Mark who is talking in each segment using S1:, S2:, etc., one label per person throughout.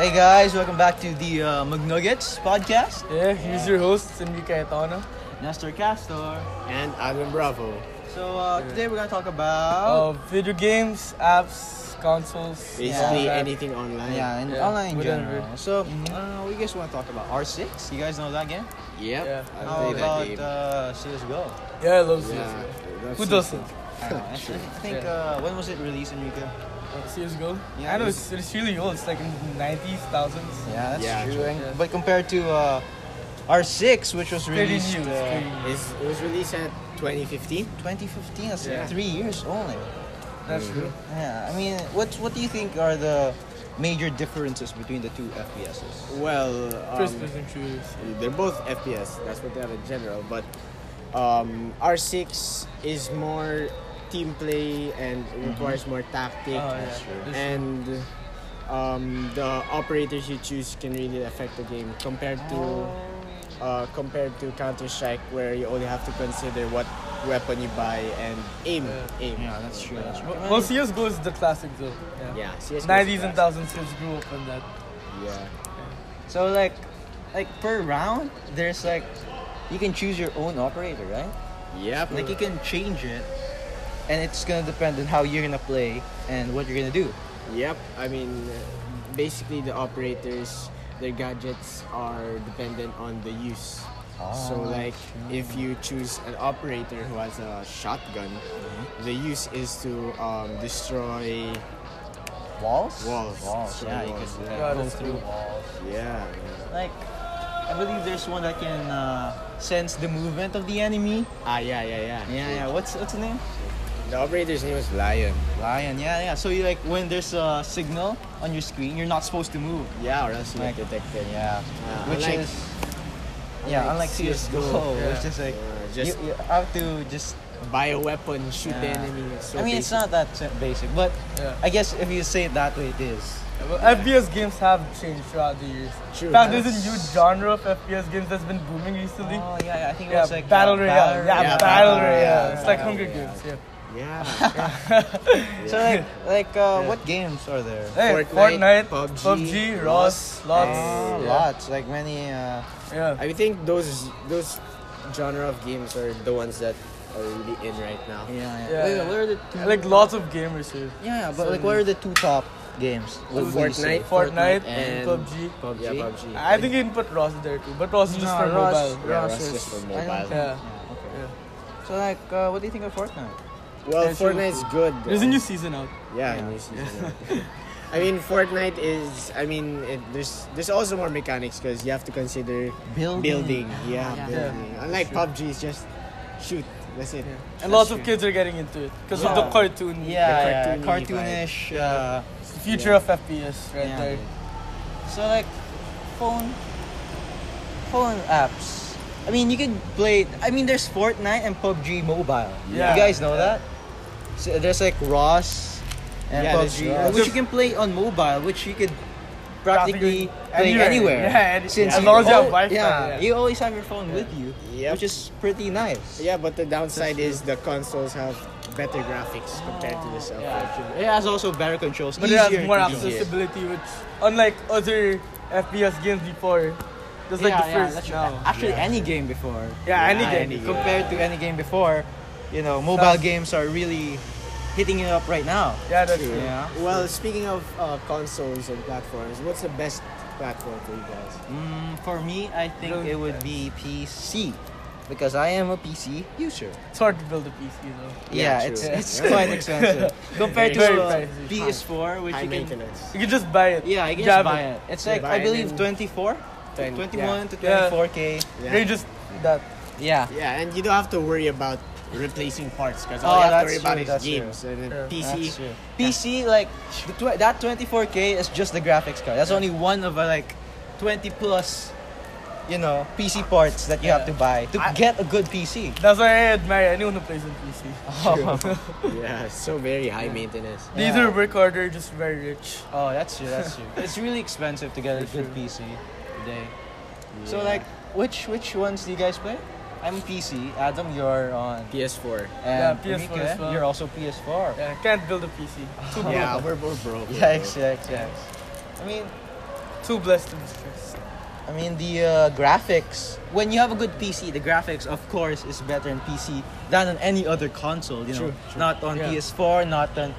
S1: Hey guys, welcome back to the uh, McNuggets podcast.
S2: Yeah, here's your hosts, Enrique Aitano.
S1: Nestor Castor.
S3: and Adam Bravo.
S1: So uh, today we're gonna talk about
S2: Uh, video games, apps, consoles.
S3: Basically
S2: all that.
S3: anything online.
S1: yeah, and
S2: Yeah,
S1: online in
S2: whatever.
S1: general. So uh, we guys want to talk about R6. You guys know that game?
S3: Yep.
S2: Yeah.
S3: I
S1: How
S3: played
S1: about
S3: that
S1: uh,
S3: game.
S1: CS:GO?
S2: Yeah, I love
S3: yeah.
S2: CSGO.
S3: that's
S2: Who
S3: it.
S2: doesn't?
S1: I, don't know. I think uh, when was it released, Enrique?
S2: Uh, CSGO?
S1: Yeah,
S2: I know,
S1: it's-
S2: it's, it's really old. It's like in the 90s, 1000s.
S1: Yeah, that's
S3: Yeah,
S1: true.
S3: true.
S1: And- But compared to uh, R6, which was
S2: Pretty new.
S1: released
S2: it's
S1: uh,
S2: pretty new.
S3: It's, it was released at 2015.
S1: 2015, that's like
S2: Yeah.
S1: three years only.
S2: That's true.
S1: Yeah, I mean, what what do you think are the major differences between the two FPSs?
S3: Well,
S2: First
S3: um,
S2: person shooters.
S3: they're both FPS. That's what they have in general. But um, R6 is more team play and it
S1: Mm-hmm.
S3: requires more tactic.
S2: Oh, yeah.
S1: true.
S2: This-
S3: And um, the operators you choose can really affect the game compared to. uh, compared to Counter Strike, where you only have to consider what weapon you buy and aim.
S2: Yeah.
S3: aim.
S1: Yeah, that's true. That's true.
S2: well, CSGO is the classic though. Yeah.
S3: Yeah, CS:GO is
S2: 90s and
S3: fast.
S2: 1000s kids grew up on that.
S3: Yeah.
S1: So like, like per round, there's like, you can choose your own operator, right?
S3: Yep.
S1: Like you can change it, and it's gonna depend on how you're gonna play and what you're gonna do.
S3: Yep. I mean, uh, basically the operators, their gadgets are dependent on the use. so
S1: Ah,
S3: like, if you choose an operator who has a shotgun,
S1: Mm-hmm.
S3: the use is to um, destroy.
S1: Walls.
S3: Walls.
S1: Walls. Yeah, you
S3: Walls,
S1: can
S3: yeah.
S1: like, go
S2: That's
S1: through
S2: true.
S1: walls.
S3: Yeah.
S1: Like, I believe there's one that can uh, sense the movement of the enemy.
S3: Ah, yeah, yeah, yeah.
S1: Yeah, yeah. What's what's the name?
S3: The operator's name is Lion.
S1: Lion, yeah, yeah. So you like when there's a signal on your screen, you're not supposed to move.
S3: Yeah, or else you
S1: Like-
S3: get detected.
S1: Yeah,
S3: Yeah,
S1: which
S3: unlike-
S1: is yeah, unlike
S3: unlike
S1: CS:GO,
S3: CS:GO,
S1: it's
S2: yeah.
S1: just like
S3: Uh, just-
S1: you, you have to just.
S3: buy a weapon, shoot the
S1: Yeah.
S3: enemy. It's so
S1: I mean, it's
S3: basic.
S1: not that si- basic, but
S2: Yeah.
S1: I guess if you say it that way, it is.
S2: Well, FPS games have changed throughout the years.
S3: True.
S2: In fact, there's a
S3: That's-
S2: new genre of FPS games that's been booming recently.
S1: Oh yeah, yeah, I think it
S2: yeah,
S1: was like
S2: battle
S1: uh,
S2: royale.
S1: Battle
S2: Yeah,
S3: Yeah,
S2: battle
S3: battle
S2: royale.
S3: royale.
S2: It's like
S3: Battle
S2: Hunger
S3: royale.
S2: Games. Yeah.
S3: Yeah.
S1: So like, like uh, what games are there?
S2: Hey, Fortnite,
S3: Fortnite, PUBG,
S2: PUBG, Ross, Lots.
S1: Oh, Lots, like many. Uh,
S2: Yeah.
S3: I think those those genre of games are the ones that are really in right now.
S1: yeah, yeah.
S2: Yeah,
S1: Wait,
S2: yeah.
S1: What are the two?
S2: Like lots of gamers here.
S1: yeah, but like, what are the two top games? What would you say?
S3: Fortnite,
S2: Fortnite,
S3: and
S2: PUBG.
S3: PUBG. Yeah, PUBG.
S2: I think you can put Ross there too, but Ross is just
S1: No,
S2: for
S1: Ross-
S2: mobile.
S3: yeah,
S1: Ross
S3: Ross
S1: is-
S3: just
S1: I
S3: for
S1: don't
S3: mobile.
S1: think-
S2: Yeah.
S1: okay.
S2: yeah.
S1: So like, uh, what do you think of Fortnite?
S3: Well,
S2: Yeah, true.
S3: Fortnite's good. though.
S2: There's a new season out.
S3: yeah,
S1: Yeah.
S3: new season. I mean, Fortnite is. I mean, it, there's there's also more mechanics because you have to consider
S1: Building.
S3: building. Yeah,
S1: Yeah.
S3: building. Unlike PUBG, it's just shoot. That's it.
S2: Yeah. And
S3: That's
S2: lots
S3: true.
S2: of kids are getting into it because
S1: Yeah.
S2: of the cartoon.
S1: Yeah,
S3: The
S1: yeah,
S3: cartoony
S1: cartoonish. Uh,
S2: It's the future
S3: Yeah.
S2: of FPS right
S1: Yeah.
S2: there.
S1: so like, phone, phone apps. I mean, you can play. I mean, there's Fortnite and PUBG Mobile.
S2: Yeah.
S1: you guys know
S2: Yeah.
S1: that. So there's like Ross and
S3: Yeah, there's
S1: PUBG,
S3: Ross.
S1: which you can play on mobile, which you could practically
S2: Practically
S1: play anywhere.
S2: anywhere. Yeah, and-
S1: since
S2: as long as you have
S1: al-
S2: Wi-Fi,
S1: Yeah,
S2: yeah.
S1: you always have your phone with you,
S3: Yep.
S1: which is pretty nice.
S3: Yeah, but the downside is the consoles have better graphics compared to the cell phone.
S1: It has also better controls.
S2: But it has
S1: easier
S2: more
S1: controls.
S2: accessibility, which unlike other FPS games before, that's like the first
S1: that's true.
S2: now.
S1: Actually,
S3: Yeah.
S1: any game before.
S2: Yeah, any game.
S3: any game.
S1: Compared to any game before, you know, mobile
S2: That's-
S1: games are really hitting it up right now.
S2: Yeah, that's
S3: True.
S2: true.
S1: Yeah.
S3: Well, speaking of uh, consoles and platforms, what's the best platform for you guys?
S1: Mm, for me, I think
S2: Really?
S1: it would be PC because I am a PC user.
S2: It's hard to build a PC though.
S1: Yeah,
S3: Yeah,
S1: it's
S3: true.
S1: it's
S3: Yeah.
S1: quite expensive compared
S2: Very
S1: to uh,
S2: pricey.
S1: PS4, which
S3: High
S1: you can.
S3: maintenance.
S2: You can just buy it.
S1: Yeah, you can
S2: Grab
S1: just buy it. It's like
S3: Yeah,
S1: I
S3: buy it
S1: believe
S3: and-
S1: 24,
S3: Twen-
S1: 21 to
S2: Yeah.
S1: 24k.
S3: Yeah.
S2: They just that.
S1: Yeah.
S3: Yeah, and you don't have to worry about replacing parts because
S1: Oh,
S3: all you have to
S1: that's
S3: worry about
S1: true,
S3: is
S1: that's true.
S3: games and then
S2: Yeah.
S3: PC.
S1: That's true. PC like the tw- that 24K is just the graphics card. That's only one of uh, like 20 plus, you know, PC parts that you have to
S2: Yeah.
S1: buy to
S2: I-
S1: get a good PC.
S2: That's why I admire anyone who plays on PC.
S1: Oh,
S3: Yeah, it's so very high maintenance.
S2: They
S1: Yeah.
S2: either work harder, or just very rich.
S1: oh, that's true. That's true. It's really expensive to get a good PC today. So
S3: Yeah.
S1: like, which which ones do you guys play? I'm PC. Adam, you're on.
S3: PS4.
S1: And
S2: Yeah, PS4
S1: Enrique,
S2: as well.
S1: You're also PS4.
S2: Yeah, can't build a PC. Too
S3: Yeah, we're, we're broke. we're
S1: Yikes,
S3: broke.
S1: yikes, yikes. I mean,
S2: Too blessed to be stressed.
S1: I mean the uh, graphics. When you have a good PC, the graphics, of course, is better in PC than on any other console. You know,
S3: True, true.
S1: not on
S2: Yeah.
S1: PS4, not on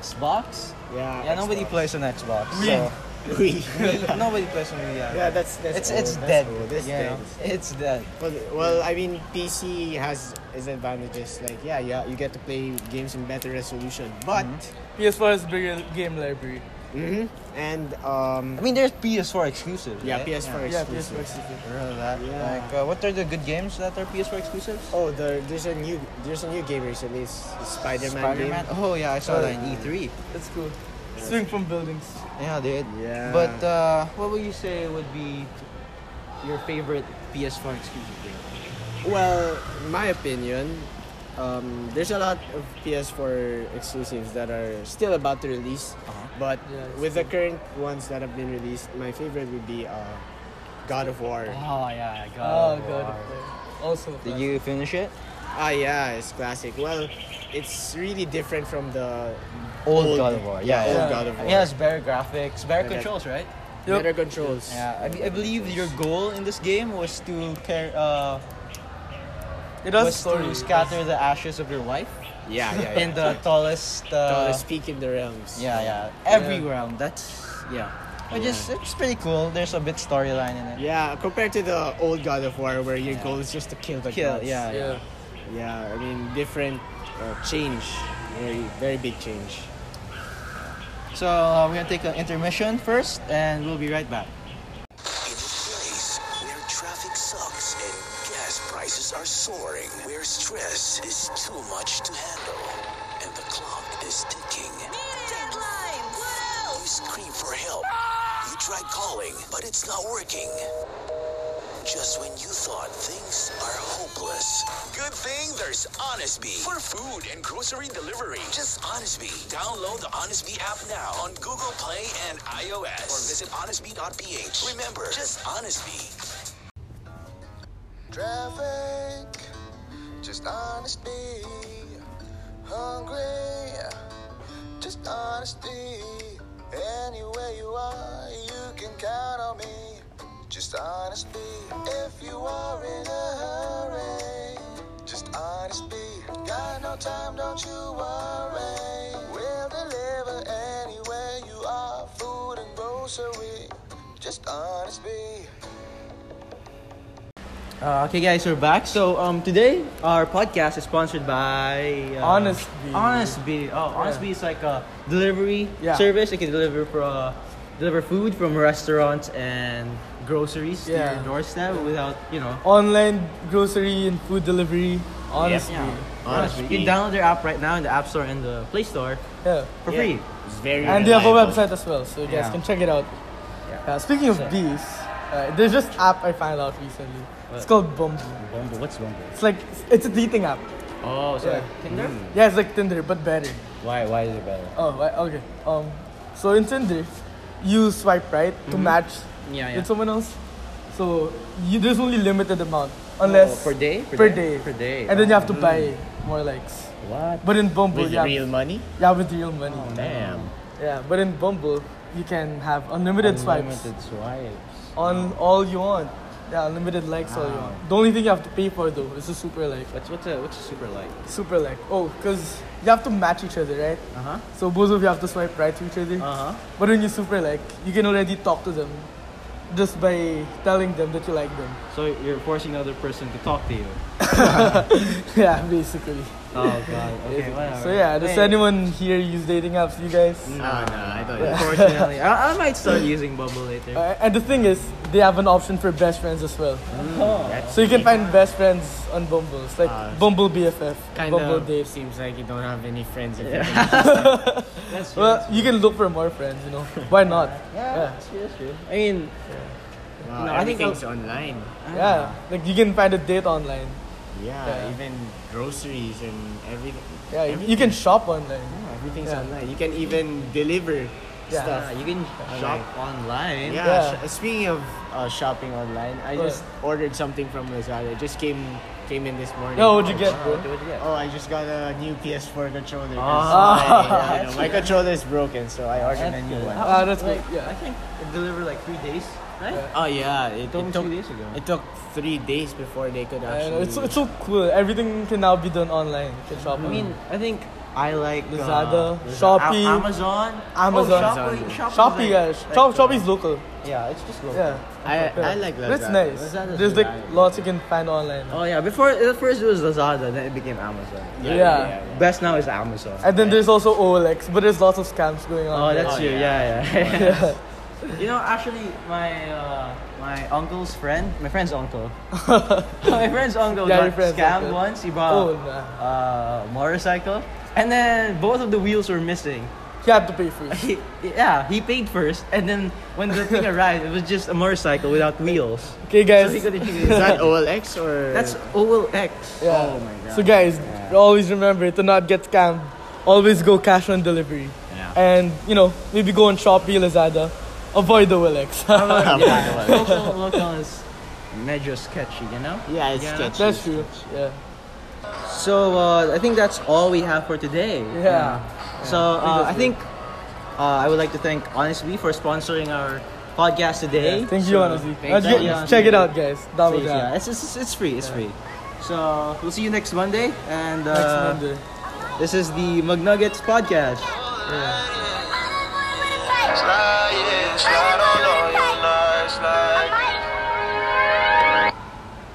S1: Xbox.
S3: Yeah.
S1: Yeah, nobody
S3: Xbox.
S1: plays on Xbox.
S2: Wii.
S1: So
S3: We.
S1: Wii- nobody plays on Wii. Yeah,
S3: yeah, that's that's
S1: it's
S3: old.
S1: it's
S3: that's
S1: dead.
S3: Old. That's
S1: you know?
S3: dead.
S1: It's dead.
S3: Well, well, I mean, PC has its advantages. Like, yeah, yeah, you get to play games in better resolution, but
S1: Mm-hmm.
S2: PS4 has bigger game library.
S3: Mhm. and um,
S1: I mean, there's PS4 exclusives.
S3: yeah,
S1: right?
S3: PS4
S2: Yeah, PS4
S3: exclusive.
S2: exclusive.
S1: Yeah. Remember that?
S3: Yeah.
S1: Like, uh, what are the good games that are PS4 exclusives?
S3: Oh, there, there's a new there's a new game recently. It's Spider-Man,
S1: Spider-Man. Oh yeah, I saw
S3: Oh,
S1: that in E3.
S2: That's cool. Swing from buildings.
S1: Yeah, dude.
S3: game. Yeah.
S1: But uh, what would you say would be your favorite PS4 exclusive game?
S3: well, in my opinion, um, there's a lot of PS4 exclusives that are still about to release,
S1: Uh-huh.
S3: but
S2: Yeah, it's
S3: with the current ones that have been released, my favorite would be uh, God of War.
S1: Oh yeah,
S2: Oh, God. Also,
S1: Did
S2: fast.
S1: you finish it?
S3: Ah, yeah, it's classic. Well, it's really different from the
S1: Old, God of War. Yeah,
S3: old
S1: yeah.
S3: God of War.
S1: Yeah, it's better graphics, better
S3: Yeah,
S1: controls, right?
S2: Yep.
S3: better controls.
S1: Yeah, I, be- I believe your goal in this game was to care, uh,
S2: it
S1: was
S2: does story.
S1: to scatter the ashes of your wife
S3: yeah, yeah.
S1: in the Ah, tallest. Uh,
S3: Tallest peak in the realms.
S1: Yeah, yeah. Every realm. That's yeah. Which is it's pretty cool. There's a bit storyline in it.
S3: Yeah, compared to the old God of War, where your goal is just to kill the
S1: Kill,
S3: gods.
S1: yeah.
S2: Yeah.
S3: yeah. I mean, different uh, change, very, very big change.
S1: So uh, we're gonna take an intermission first, and we'll be right back.
S4: In a place where traffic sucks and gas prices are soaring, where stress is too much to handle and the clock is ticking,
S5: Deadline! What
S4: you
S5: else?
S4: scream for help. You try calling, but it's not working. Just when you thought things are hopeless. Good thing there's Honesty for food and grocery delivery. Just Honesty. Download the Honesty app now on Google Play and iOS or visit honesty.ph. Remember, just Honesty.
S6: Traffic, just honesty. Hungry, just honesty. Anywhere you are, you can count on me. Just honesty. If you are in a hurry, just honesty. Got no time, don't you worry. We'll deliver anywhere you are. Food and grocery, just honesty.
S1: Uh, okay, guys, we're back. So um, today our podcast is sponsored by uh,
S2: Honest Bee.
S1: Honest Bee. Oh, Honest
S2: Yeah.
S1: Bee is like a delivery
S2: Yeah.
S1: service. You can deliver for, uh, deliver food from restaurants and groceries to your
S2: Yeah.
S1: doorstep without you know.
S2: Online grocery and food delivery. Honestly.
S1: Yeah.
S3: Honest
S1: You can
S3: Bee.
S1: download their app right now in the App Store and the Play Store
S2: Yeah.
S1: for
S3: Yeah.
S1: free.
S3: It's very.
S2: And they have a
S3: reliable.
S2: website as well, so you guys
S1: Yeah.
S2: can check it out.
S1: Yeah.
S2: Uh, speaking of
S1: So-
S2: bees, uh, there's this app I found out recently. It's called Bumble.
S1: Bumble, what's Bumble?
S2: It's like it's a dating app.
S1: Oh, so
S2: Yeah.
S1: like Tinder.
S2: Yeah, it's like Tinder but better.
S1: Why? Why is it better?
S2: Oh, right, okay. Um, so in Tinder, you swipe right to match
S1: Yeah, Mm-hmm. yeah.
S2: with someone else. So you, there's only limited amount, unless
S1: Oh, per day? Per
S2: per,
S1: day?
S2: day,
S1: Per day, Mm.
S2: and then you have to buy more likes.
S1: What?
S2: But in Bumble,
S3: with
S2: yeah, Mm.
S3: real money.
S2: yeah, with real money.
S1: Oh,
S3: Damn.
S2: Yeah, but in Bumble, you can have unlimited, swipes
S1: swipes.
S2: on all you want. Yeah, unlimited likes all you want. The only thing you have to pay for though is a super like.
S1: What's what's a what's a super like?
S2: Super like. Oh, because you have to match each other, right?
S1: Uh huh.
S2: So both of you have to swipe right to each
S1: Uh
S2: other.
S1: huh.
S2: But when you super like, you can already talk to them just by telling them that you like them.
S1: So you're forcing the other person to talk to you.
S2: yeah, basically.
S1: Oh god. Okay.
S2: So yeah, does anyone here use dating apps, you guys?
S3: No, no, Ah, I don't.
S1: Unfortunately, I, I might start using Bumble later.
S2: Uh, and the thing is, they have an option for best friends as well.
S3: That's
S2: So you can find best friends on Bumble. It's like
S3: Mm. Ah.
S2: Bumble BFF,
S3: kind
S2: Bumble
S3: of.
S2: Dave.
S3: seems like you don't have any friends. If
S1: That's true.
S2: Well, you can look for more friends, you know. Why not?
S1: yeah, that's true. That's true. I mean,
S3: you wow,
S1: No, I think
S3: everything's online.
S2: Yeah, like you can find a date online.
S3: Yeah,
S2: Yeah.
S3: even groceries and everything.
S2: Yeah, you-
S3: everything.
S2: you can shop online.
S3: Yeah, everything's
S2: Yeah.
S3: online. You can even deliver
S2: Yeah.
S3: stuff.
S1: uh, you can shop online.
S3: Yeah.
S2: Yeah.
S3: Sh- speaking of uh, shopping online, I
S2: What?
S3: just ordered something from Lazada. It just came Came in this morning.
S2: Yo, what'd you get, bro?
S1: What did you get?
S3: Oh, I just got a new PS4 controller. 'cause
S1: Ah.
S3: I- you know, my controller is broken, so I ordered a new
S1: good.
S3: one.
S1: How-
S2: Ah, that's
S1: like,
S2: good,
S1: I
S2: yeah.
S1: think it delivered like three days, right?
S3: Oh yeah, it,
S1: Told me
S3: took
S1: three days ago.
S3: it took three days before they could
S2: I
S3: actually.
S2: know, it's, it's so cool. Everything can now be done online. You can shop
S1: I mean,
S2: on
S1: I think I like uh,
S2: Lazada,
S1: Laza-
S2: Shopee.
S1: A- Amazon,
S2: Amazon.
S1: Oh, Shopee, Shopee,
S2: Shopee, guys. Shop, Shopee is local.
S1: uh, Yeah, it's just local.
S2: Yeah.
S3: I, I like Lazada.
S2: That's nice.
S3: Lazada's
S2: There's like
S3: nice.
S2: lots you can find online.
S1: Oh yeah, before at first it was Lazada, then it became Amazon.
S2: Yeah.
S1: Best now is Amazon.
S2: And then there's also OLX, but there's lots of scams going on.
S1: Oh,
S2: there.
S1: that's
S3: Oh,
S1: you. Yeah, yeah.
S2: Yeah.
S1: you know, actually, my uh, my uncle's friend, my friend's uncle, my friend's uncle
S2: Yeah,
S1: got
S2: your friend's
S1: scammed
S2: uncle.
S1: once. He
S2: Oh,
S1: bought
S2: nah.
S1: uh, motorcycle, and then both of the wheels were missing.
S2: He had to pay for it.
S1: He, yeah, he paid first, and then when the thing arrived, it was just a motorcycle without wheels. So he
S2: Okay, guys.
S1: couldn't figure
S3: Is
S1: it out.
S3: that OLX or?
S1: That's OLX.
S2: Yeah.
S3: Oh my god.
S2: So guys, always remember to not get scammed. Always go cash on delivery.
S3: Yeah.
S2: And you know, maybe go on Shopee, Lazada. Avoid the Willex.
S1: Yeah, local, local is major sketchy, you know.
S3: yeah, it's
S1: Yeah.
S3: sketchy.
S2: that's true. Yeah.
S1: So uh, I think that's all we have for today.
S2: Yeah.
S1: So uh, I think uh, I would like to thank Honestly for sponsoring our podcast today.
S2: Yeah, Thank you,
S1: So-
S2: honestly.
S1: Thank
S2: Let's
S1: you,
S2: get-
S1: honestly.
S2: check it out, guys. Double
S1: Please, yeah, it's, it's, it's free. It's free. So we'll see you next Monday, and uh,
S2: Next Monday.
S1: this is the McNuggets podcast.
S6: Slide